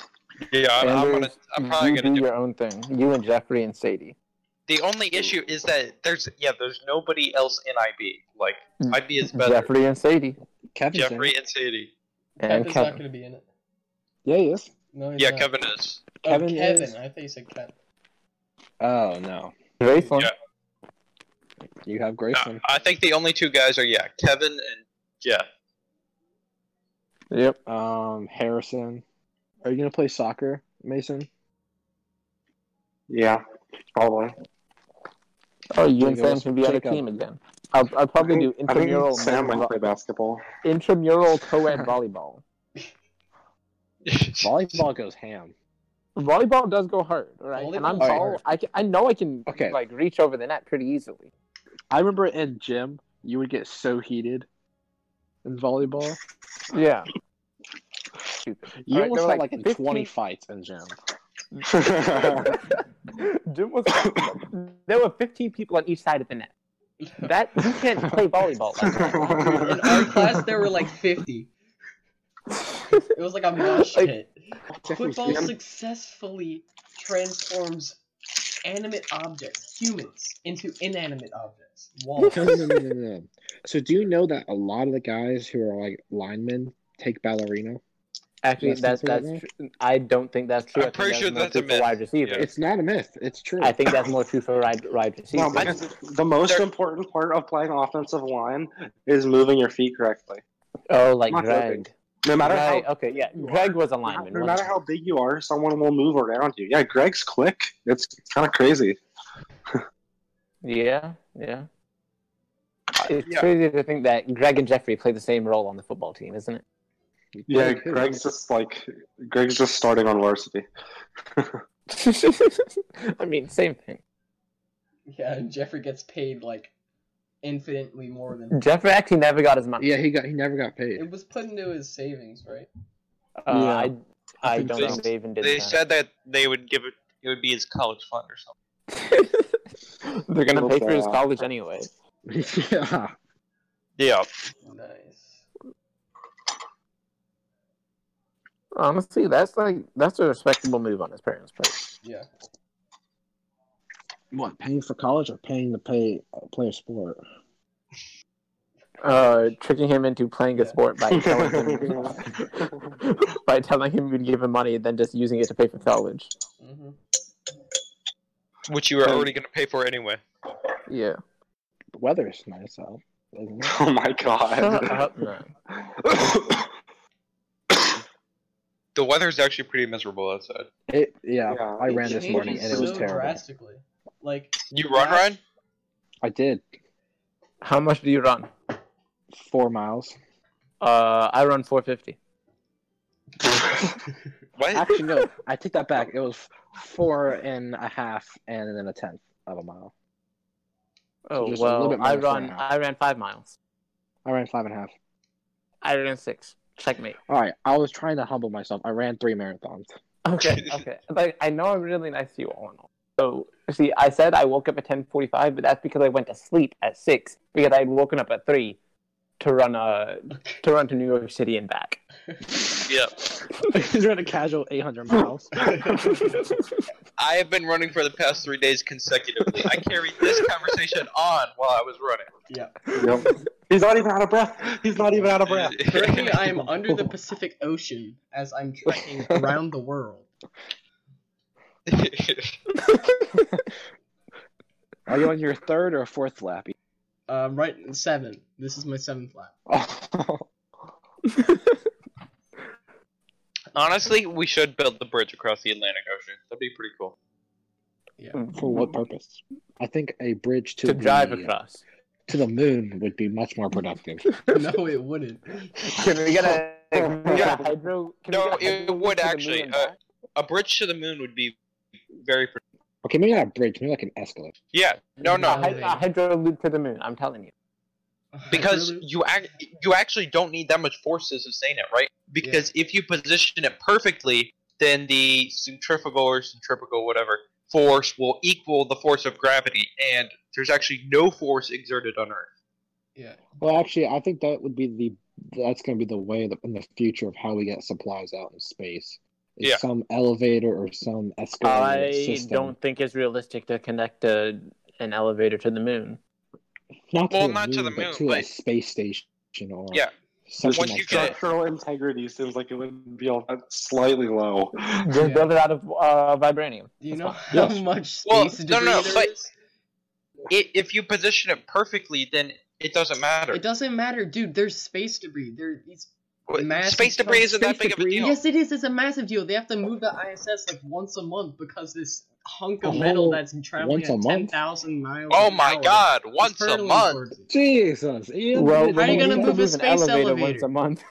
Speaker 1: Yeah, I'm, I'm gonna.
Speaker 4: Anders,
Speaker 1: I'm probably
Speaker 4: you
Speaker 1: gonna
Speaker 4: do
Speaker 1: do.
Speaker 4: your own thing. You and Jeffrey and Sadie.
Speaker 1: The only issue is that there's yeah, there's nobody else in IB. Like IB is better.
Speaker 4: Jeffrey and Sadie
Speaker 2: Kevin's in
Speaker 1: Jeffrey
Speaker 2: it.
Speaker 1: and Sadie.
Speaker 4: and
Speaker 3: Kevin's not
Speaker 4: Kevin.
Speaker 3: gonna be in it.
Speaker 2: Yeah, he is.
Speaker 3: No, he's
Speaker 1: Yeah,
Speaker 3: not.
Speaker 1: Kevin is.
Speaker 3: Oh,
Speaker 2: Kevin
Speaker 3: Kevin.
Speaker 2: is-
Speaker 3: I thought you said Kevin.
Speaker 2: Oh no,
Speaker 4: Graceland.
Speaker 1: Yeah.
Speaker 2: you have
Speaker 1: Uh,
Speaker 2: Grayson.
Speaker 1: I think the only two guys are yeah, Kevin and Jeff.
Speaker 4: Yep.
Speaker 2: Um, Harrison. Are you gonna play soccer, Mason?
Speaker 5: Yeah, probably.
Speaker 4: Oh, you
Speaker 2: Jacob,
Speaker 4: and Sam
Speaker 2: let's
Speaker 4: can be on a
Speaker 2: take a-
Speaker 4: team again. I'll, I'll probably do
Speaker 5: I think
Speaker 4: intramural,
Speaker 5: Sam might
Speaker 4: men's
Speaker 5: play
Speaker 4: vo-
Speaker 5: basketball.
Speaker 4: intramural co-ed volleyball.
Speaker 2: Volleyball goes ham.
Speaker 4: Volleyball does go hard, right? And I'm
Speaker 3: Volleyball
Speaker 2: is
Speaker 4: tall.
Speaker 2: hard.
Speaker 4: I, can, I know I can
Speaker 2: Okay.
Speaker 4: like reach over the net pretty easily.
Speaker 2: I remember in gym, you would get so heated in volleyball.
Speaker 4: Yeah.
Speaker 2: You
Speaker 4: Alright,
Speaker 2: almost
Speaker 4: they're
Speaker 2: had
Speaker 4: like
Speaker 2: like, in
Speaker 4: 15
Speaker 2: twenty fights in gym.
Speaker 4: Jim was, there were 15 people on each side of the net. That you can't play volleyball. Like that.
Speaker 3: Dude, in our class, there were like 50. It was like a mosh
Speaker 4: Like-
Speaker 3: pit. Football successfully transforms animate objects, humans, into inanimate objects. Walls.
Speaker 2: No, no, no, no, no, no. So do you know that a lot of the guys who are like linemen take ballerina?
Speaker 4: Actually,
Speaker 2: Yes,
Speaker 4: that's
Speaker 2: that's
Speaker 4: that's.
Speaker 2: right.
Speaker 4: True. I don't think that's true.
Speaker 1: I'm
Speaker 4: I think
Speaker 1: pretty sure
Speaker 4: more
Speaker 1: that's
Speaker 4: true
Speaker 1: a
Speaker 4: for
Speaker 1: myth.
Speaker 4: wide receiver.
Speaker 1: Yeah.
Speaker 2: It's not a myth. It's true.
Speaker 4: I think that's more true for wide wide receiver.
Speaker 5: No, because the most
Speaker 1: They're-
Speaker 5: important part of playing offensive line is moving your feet correctly.
Speaker 4: oh, like
Speaker 5: Not
Speaker 4: Greg.
Speaker 5: No matter
Speaker 4: Right,
Speaker 5: how
Speaker 4: okay, yeah.
Speaker 5: you
Speaker 4: Greg
Speaker 5: are,
Speaker 4: was a
Speaker 5: no
Speaker 4: lineman.
Speaker 5: matter- no matter
Speaker 4: wasn't
Speaker 5: how big you are, someone will move around you. Yeah, Greg's quick. It's kind of crazy.
Speaker 4: he? Yeah, yeah. It's
Speaker 1: yeah.
Speaker 4: crazy to think that Greg and Jeffrey play the same role on the football team, isn't it?
Speaker 5: Yeah,
Speaker 2: Greg who?
Speaker 5: Greg's just like Greg's just starting on varsity.
Speaker 4: I mean, same thing.
Speaker 3: Yeah, and Jeffrey gets paid like infinitely more than.
Speaker 4: Jeffrey actually never got his money.
Speaker 2: Yeah, he got he never got paid.
Speaker 3: It was put into his savings, right?
Speaker 4: Uh,
Speaker 2: Yeah.
Speaker 4: I, I,
Speaker 2: I think
Speaker 4: don't
Speaker 1: they-
Speaker 4: think they even did
Speaker 1: They
Speaker 4: that.
Speaker 1: said that they would give it. It would be his college fund or something.
Speaker 4: They're going to pay for his
Speaker 5: Uh,
Speaker 4: college anyway.
Speaker 2: yeah.
Speaker 1: Yeah.
Speaker 3: Nice.
Speaker 4: Honestly, that's like that's a respectable move on his parents' part.
Speaker 3: Yeah.
Speaker 2: What paying for college or paying to pay play a sport?
Speaker 4: Uh, tricking him into playing a
Speaker 3: Yeah.
Speaker 4: sport by telling him by telling him you'd give him money, and then just using it to pay for college.
Speaker 3: hmm
Speaker 1: Which you were already going to pay for anyway.
Speaker 4: Yeah.
Speaker 2: The weather's nice out. isn't it?
Speaker 5: oh my
Speaker 4: Shut up,
Speaker 5: god.
Speaker 4: man.
Speaker 1: The weather's actually pretty miserable outside.
Speaker 2: It yeah,
Speaker 5: Yeah,
Speaker 2: I
Speaker 5: it
Speaker 2: ran this morning and
Speaker 3: changes
Speaker 2: it was
Speaker 3: so
Speaker 2: terrible.
Speaker 3: drastically. Like
Speaker 1: You run,
Speaker 3: last-
Speaker 1: Ryan?
Speaker 2: I did
Speaker 4: How much do you run?
Speaker 2: four miles.
Speaker 4: Uh, I run 450.
Speaker 1: What?
Speaker 2: Actually, no, I take that back. It was four and a half and then a tenth of a mile. So
Speaker 4: Oh
Speaker 2: just a little
Speaker 4: well,
Speaker 2: bit
Speaker 4: I
Speaker 2: minus four and
Speaker 4: run
Speaker 2: a half.
Speaker 4: I ran five miles.
Speaker 2: I ran five and a half.
Speaker 4: I ran six. Checkmate.
Speaker 2: All right, I was trying to humble myself. I ran three marathons.
Speaker 4: Okay, okay. Like I know I'm really nice to you all in all. So see, I said I woke up at ten forty five, but that's because I went to sleep at six because I had woken up at three to run uh to run to New York City and back.
Speaker 1: yeah.
Speaker 2: He's ran a casual 800 miles.
Speaker 1: I have been running for the past three days consecutively. I carried this conversation on while I was running.
Speaker 5: Yep. He's not even out of breath. He's not even out of breath.
Speaker 3: currently, I am under the Pacific Ocean as I'm trekking around the world.
Speaker 2: Are you on your third or fourth lap?
Speaker 3: Um, right seven. This is my seventh lap.
Speaker 1: Honestly, we should build the bridge across the Atlantic Ocean. That'd be pretty cool.
Speaker 2: For what purpose? I think a bridge to,
Speaker 4: to
Speaker 2: the,
Speaker 4: drive across.
Speaker 2: to the moon would be much more productive.
Speaker 3: No, it wouldn't.
Speaker 4: Can we get a, can we get a
Speaker 1: Yeah.
Speaker 4: hydro? Can
Speaker 1: No,
Speaker 4: we get a
Speaker 1: it
Speaker 4: hydro
Speaker 1: would
Speaker 4: to the moon
Speaker 1: actually,
Speaker 4: and
Speaker 1: uh,
Speaker 4: back?
Speaker 1: A bridge to the moon would be very. Pro-
Speaker 2: okay, maybe not a bridge, maybe like an escalator.
Speaker 1: yeah. No,
Speaker 4: a,
Speaker 1: no.
Speaker 4: hy- a hydro loop to the moon. I'm telling you.
Speaker 1: Because
Speaker 3: Really?
Speaker 1: you ac- you actually don't need that much force to sustain it, right? Because if you position it perfectly, then the centrifugal or centripetal whatever force will equal the force of gravity, and there's actually no force exerted on Earth.
Speaker 3: yeah,
Speaker 2: Well, actually, I think that would be the that's going to be the way that in the future of how we get supplies out in space. It's
Speaker 1: Yeah.
Speaker 2: some elevator or some escalator
Speaker 4: I
Speaker 2: system.
Speaker 4: don't think it's realistic to connect a, an elevator to the moon.
Speaker 2: Not to
Speaker 1: Well,
Speaker 2: the
Speaker 1: not
Speaker 2: moon,
Speaker 1: to the
Speaker 2: but
Speaker 1: moon,
Speaker 2: to a
Speaker 1: but-
Speaker 2: space station or
Speaker 1: Yeah.
Speaker 2: something
Speaker 1: Once
Speaker 2: like
Speaker 1: you get
Speaker 2: that.
Speaker 1: it-
Speaker 5: Structural integrity seems like it would be all uh, slightly low.
Speaker 4: Just
Speaker 3: Yeah.
Speaker 4: build it out of uh, vibranium.
Speaker 3: Do you know how
Speaker 5: Yes.
Speaker 3: much space
Speaker 1: Well, no,
Speaker 3: debris
Speaker 1: no, no,
Speaker 3: there
Speaker 1: but-
Speaker 3: is?
Speaker 1: It, if you position it perfectly, then it doesn't matter.
Speaker 3: It doesn't matter, dude. There's space debris. There, it's
Speaker 1: Well,
Speaker 3: massive
Speaker 1: Space debris isn't that
Speaker 2: space
Speaker 1: big of a
Speaker 2: debris-
Speaker 1: deal.
Speaker 3: Yes, it is. It's a massive deal. They have to move the ISS like once a month because this hunk of
Speaker 2: Oh,
Speaker 3: metal that's traveling
Speaker 2: once a
Speaker 3: at
Speaker 2: month?
Speaker 3: ten thousand miles.
Speaker 1: Oh
Speaker 3: an
Speaker 1: my
Speaker 3: hour
Speaker 1: god,
Speaker 3: is
Speaker 1: once a
Speaker 3: hurtling
Speaker 1: month.
Speaker 3: towards it.
Speaker 2: Jesus, Ian,
Speaker 4: Well,
Speaker 2: you
Speaker 3: How are you
Speaker 2: didn't
Speaker 3: gonna
Speaker 2: know
Speaker 3: move a
Speaker 2: that?
Speaker 4: an
Speaker 3: space
Speaker 4: elevator,
Speaker 3: elevator?
Speaker 4: once a month?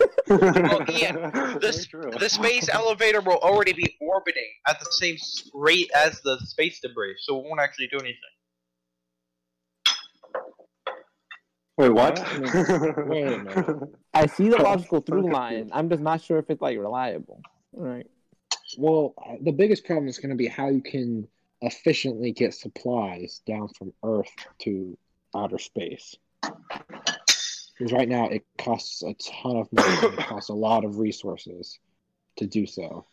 Speaker 1: Ian,
Speaker 5: Very
Speaker 1: This,
Speaker 5: true.
Speaker 1: the space elevator will already be orbiting at the same s- rate as the space debris, so it won't actually do anything.
Speaker 5: Wait, what?
Speaker 2: Wait a minute.
Speaker 4: I see the logical through line. I'm just not sure if it's like reliable. Right.
Speaker 2: Well, uh, the biggest problem is going to be how you can efficiently get supplies down from Earth to outer space. Because right now it costs a ton of money. and it costs a lot of resources to do so.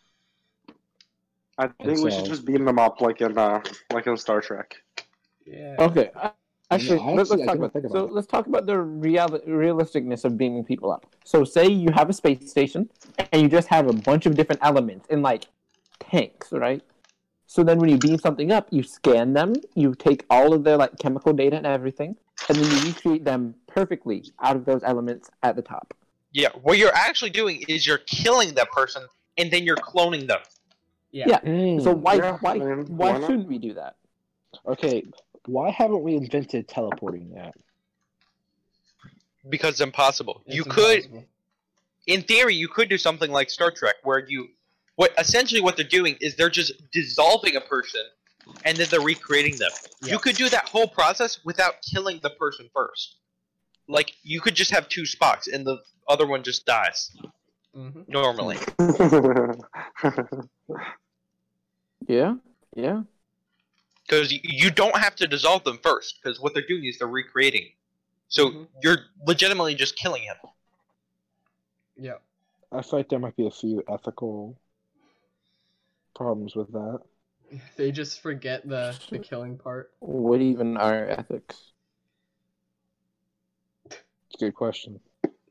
Speaker 5: I think we should just beam them up like in uh, like in Star Trek.
Speaker 3: Yeah.
Speaker 2: Oh,
Speaker 4: Okay. uh, Actually,
Speaker 2: You know, I
Speaker 4: let's,
Speaker 2: actually- I
Speaker 4: let's talk
Speaker 2: didn't
Speaker 4: about,
Speaker 2: think
Speaker 4: so
Speaker 2: about it.
Speaker 4: let's talk about the real, realisticness of beaming people up. So, say you have a space station and you just have a bunch of different elements in like tanks, right? So then, when you beam something up, you scan them, you take all of their like chemical data and everything, and then you recreate them perfectly out of those elements at the top.
Speaker 1: Yeah, what you're actually doing is you're killing that person and then you're cloning them.
Speaker 3: Yeah.
Speaker 4: Hmm, Yeah. So why
Speaker 5: Yeah,
Speaker 4: why
Speaker 5: I mean,
Speaker 4: why,
Speaker 5: why not?
Speaker 4: shouldn't we do that?
Speaker 2: Okay, why haven't we invented teleporting yet?
Speaker 1: Because it's impossible.
Speaker 3: It's
Speaker 1: you could
Speaker 3: impossible.
Speaker 1: in theory, you could do something like Star Trek, where you, what essentially what they're doing is they're just dissolving a person, and then they're recreating them.
Speaker 3: Yeah.
Speaker 1: You could do that whole process without killing the person first. Like you could just have two Spocks, and the other one just dies
Speaker 3: Mhm.
Speaker 1: normally.
Speaker 4: Yeah. Yeah.
Speaker 1: because you don't have to dissolve them first because what they're doing is they're recreating so
Speaker 3: Mhm.
Speaker 1: you're legitimately just killing him
Speaker 3: Yeah.
Speaker 2: I feel like there might be a few ethical problems with that.
Speaker 3: They just forget the the killing part.
Speaker 4: What even are ethics?
Speaker 2: It's a good question.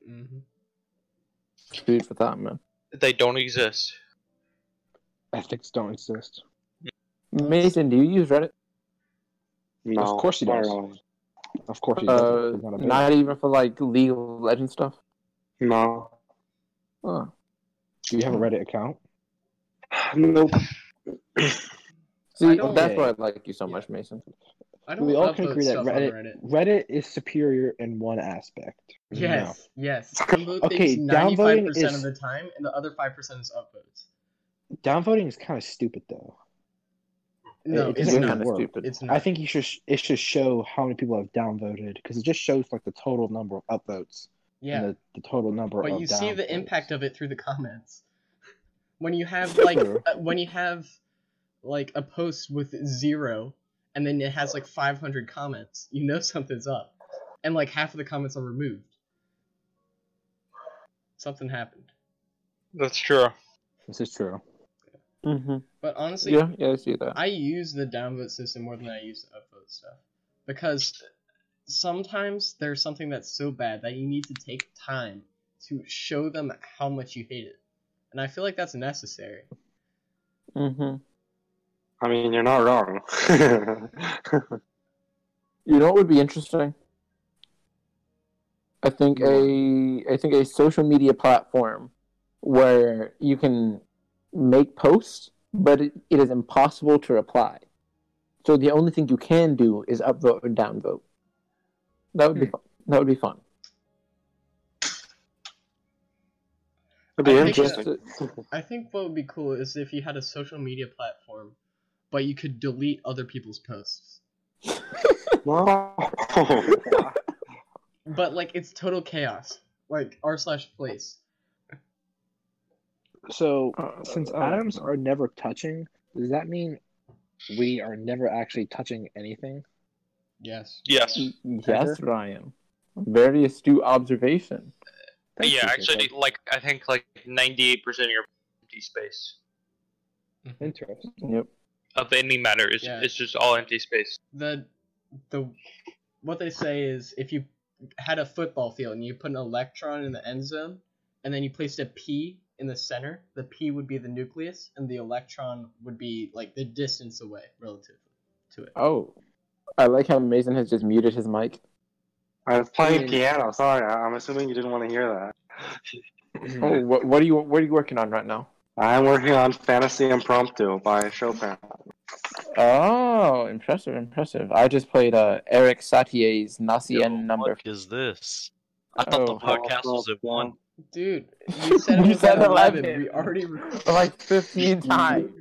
Speaker 3: hmm
Speaker 4: Food for thought, man.
Speaker 1: they don't exist
Speaker 2: Ethics don't exist.
Speaker 4: Mason, do you use Reddit?
Speaker 5: no,
Speaker 2: Of course he
Speaker 5: not
Speaker 2: does.
Speaker 5: really.
Speaker 2: Of course, he doesn't.
Speaker 4: Uh,
Speaker 2: He's not a
Speaker 4: not even for like League of Legends stuff.
Speaker 5: No.
Speaker 4: Oh.
Speaker 2: Do you have a Reddit account?
Speaker 5: Nope.
Speaker 4: See,
Speaker 3: don't-
Speaker 4: that's why I like you so much, Mason.
Speaker 3: I don't
Speaker 2: We all
Speaker 3: upload
Speaker 2: can agree that
Speaker 3: stuff on
Speaker 2: Reddit,
Speaker 3: Reddit.
Speaker 2: Reddit is superior in one aspect. No.
Speaker 3: Yes, yes. Download
Speaker 2: Okay,
Speaker 3: things 95%
Speaker 2: downvoting is-
Speaker 3: of the time, and the other 5% is upvotes.
Speaker 2: Downvoting is kind of stupid though.
Speaker 3: No,
Speaker 2: it
Speaker 3: it's
Speaker 2: doesn't
Speaker 3: not.
Speaker 2: even
Speaker 4: Kinda
Speaker 2: work.
Speaker 4: stupid.
Speaker 3: It's not.
Speaker 2: I think you should it should show how many people have downvoted because it just shows like the total number of upvotes and
Speaker 3: yeah,
Speaker 2: the, the total number of
Speaker 3: but you see
Speaker 2: downvotes.
Speaker 3: the impact of it through the comments. When you have
Speaker 2: Sure.
Speaker 3: like uh, when you have like a post with zero, and then it has like 500 comments, you know something's up, and like half of the comments are removed. Something happened.
Speaker 1: That's true.
Speaker 2: This is true.
Speaker 4: Mm-hmm.
Speaker 3: But honestly,
Speaker 4: Yeah, yeah, I see that.
Speaker 3: I use the downvote system more than I use the upvote stuff because sometimes there's something that's so bad that you need to take time to show them how much you hate it, and I feel like that's necessary.
Speaker 4: Mm-hmm.
Speaker 5: I mean, you're not wrong.
Speaker 4: You know what would be interesting? I think a I think a social media platform where you can make posts, but it, it is impossible to reply. So the only thing you can do is upvote and downvote. That would be
Speaker 3: Hmm.
Speaker 4: fun. that would be fun.
Speaker 5: It'd be
Speaker 3: I think
Speaker 5: interesting.
Speaker 3: I think what would be cool is if you had a social media platform, but you could delete other people's posts.
Speaker 5: Wow.
Speaker 3: But like it's total chaos, like r slash place.
Speaker 2: So
Speaker 4: Uh,
Speaker 2: since
Speaker 4: uh,
Speaker 2: atoms are never touching, does that mean we are never actually touching anything?
Speaker 3: Yes.
Speaker 1: Yes.
Speaker 4: Mm, Yes, Ryan. Very astute observation.
Speaker 2: Thank
Speaker 1: yeah,
Speaker 2: you,
Speaker 1: actually,
Speaker 2: Jacob.
Speaker 1: like I think like ninety-eight percent of your empty space
Speaker 2: Interesting.
Speaker 4: Yep.
Speaker 1: of any matter is
Speaker 3: Yeah.
Speaker 1: it's just all empty space.
Speaker 3: the the what they say is if you had a football field and you put an electron in the end zone and then you placed a p in the center the p would be the nucleus and the electron would be like the distance away relative to it
Speaker 4: Oh, I like how Mason has just muted his mic.
Speaker 5: I was playing piano. Sorry, I- I'm assuming you didn't want to hear that. Hmm.
Speaker 4: Oh, what, what are you what are you working on right now?
Speaker 5: I'm working on Fantasy Impromptu by Chopin.
Speaker 4: Oh, impressive, impressive. I just played uh, Eric Satie's
Speaker 6: Yo,
Speaker 4: Nassien number.
Speaker 6: What is this? I thought the
Speaker 4: Oh.
Speaker 6: podcast was at one.
Speaker 3: dude you said it
Speaker 4: You
Speaker 3: was
Speaker 4: said
Speaker 3: at 11.
Speaker 4: 11.
Speaker 3: we already re-
Speaker 4: Like 15 times.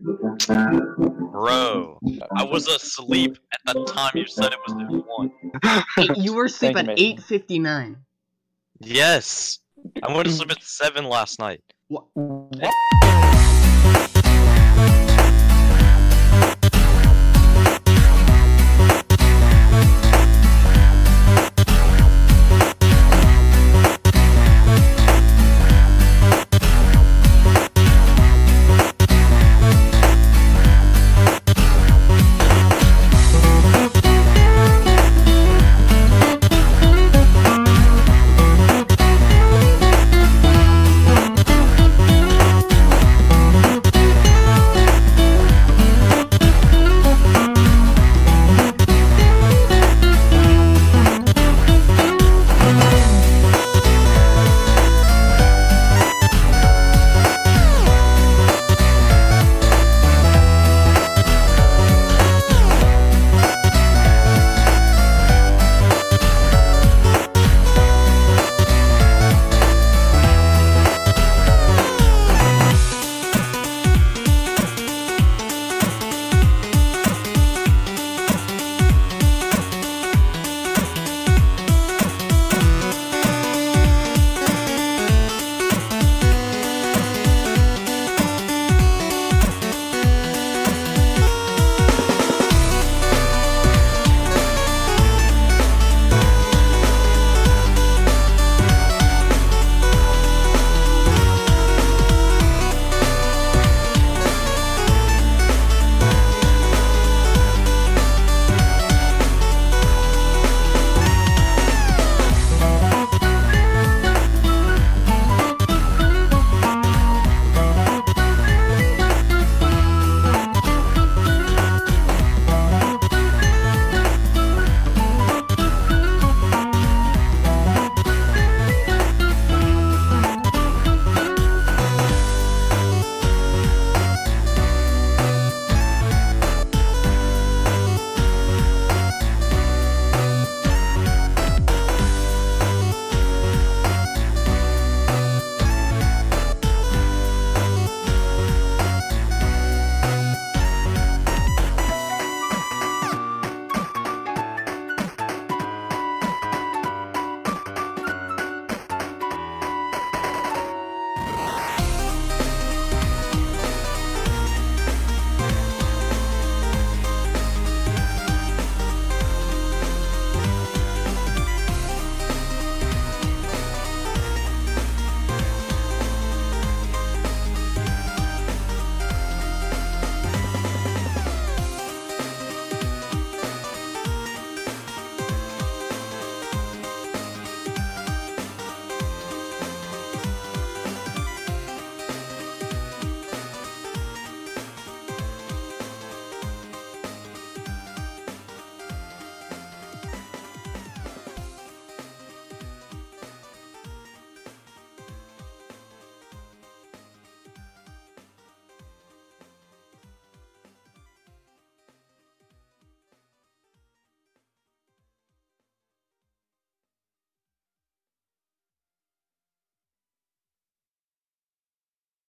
Speaker 6: Bro,
Speaker 4: Mm.
Speaker 6: I was asleep at the time you said it was at one.
Speaker 3: you were asleep at
Speaker 4: Thank you,
Speaker 3: 8.59
Speaker 6: Yes. I went to sleep at seven last night.
Speaker 4: What?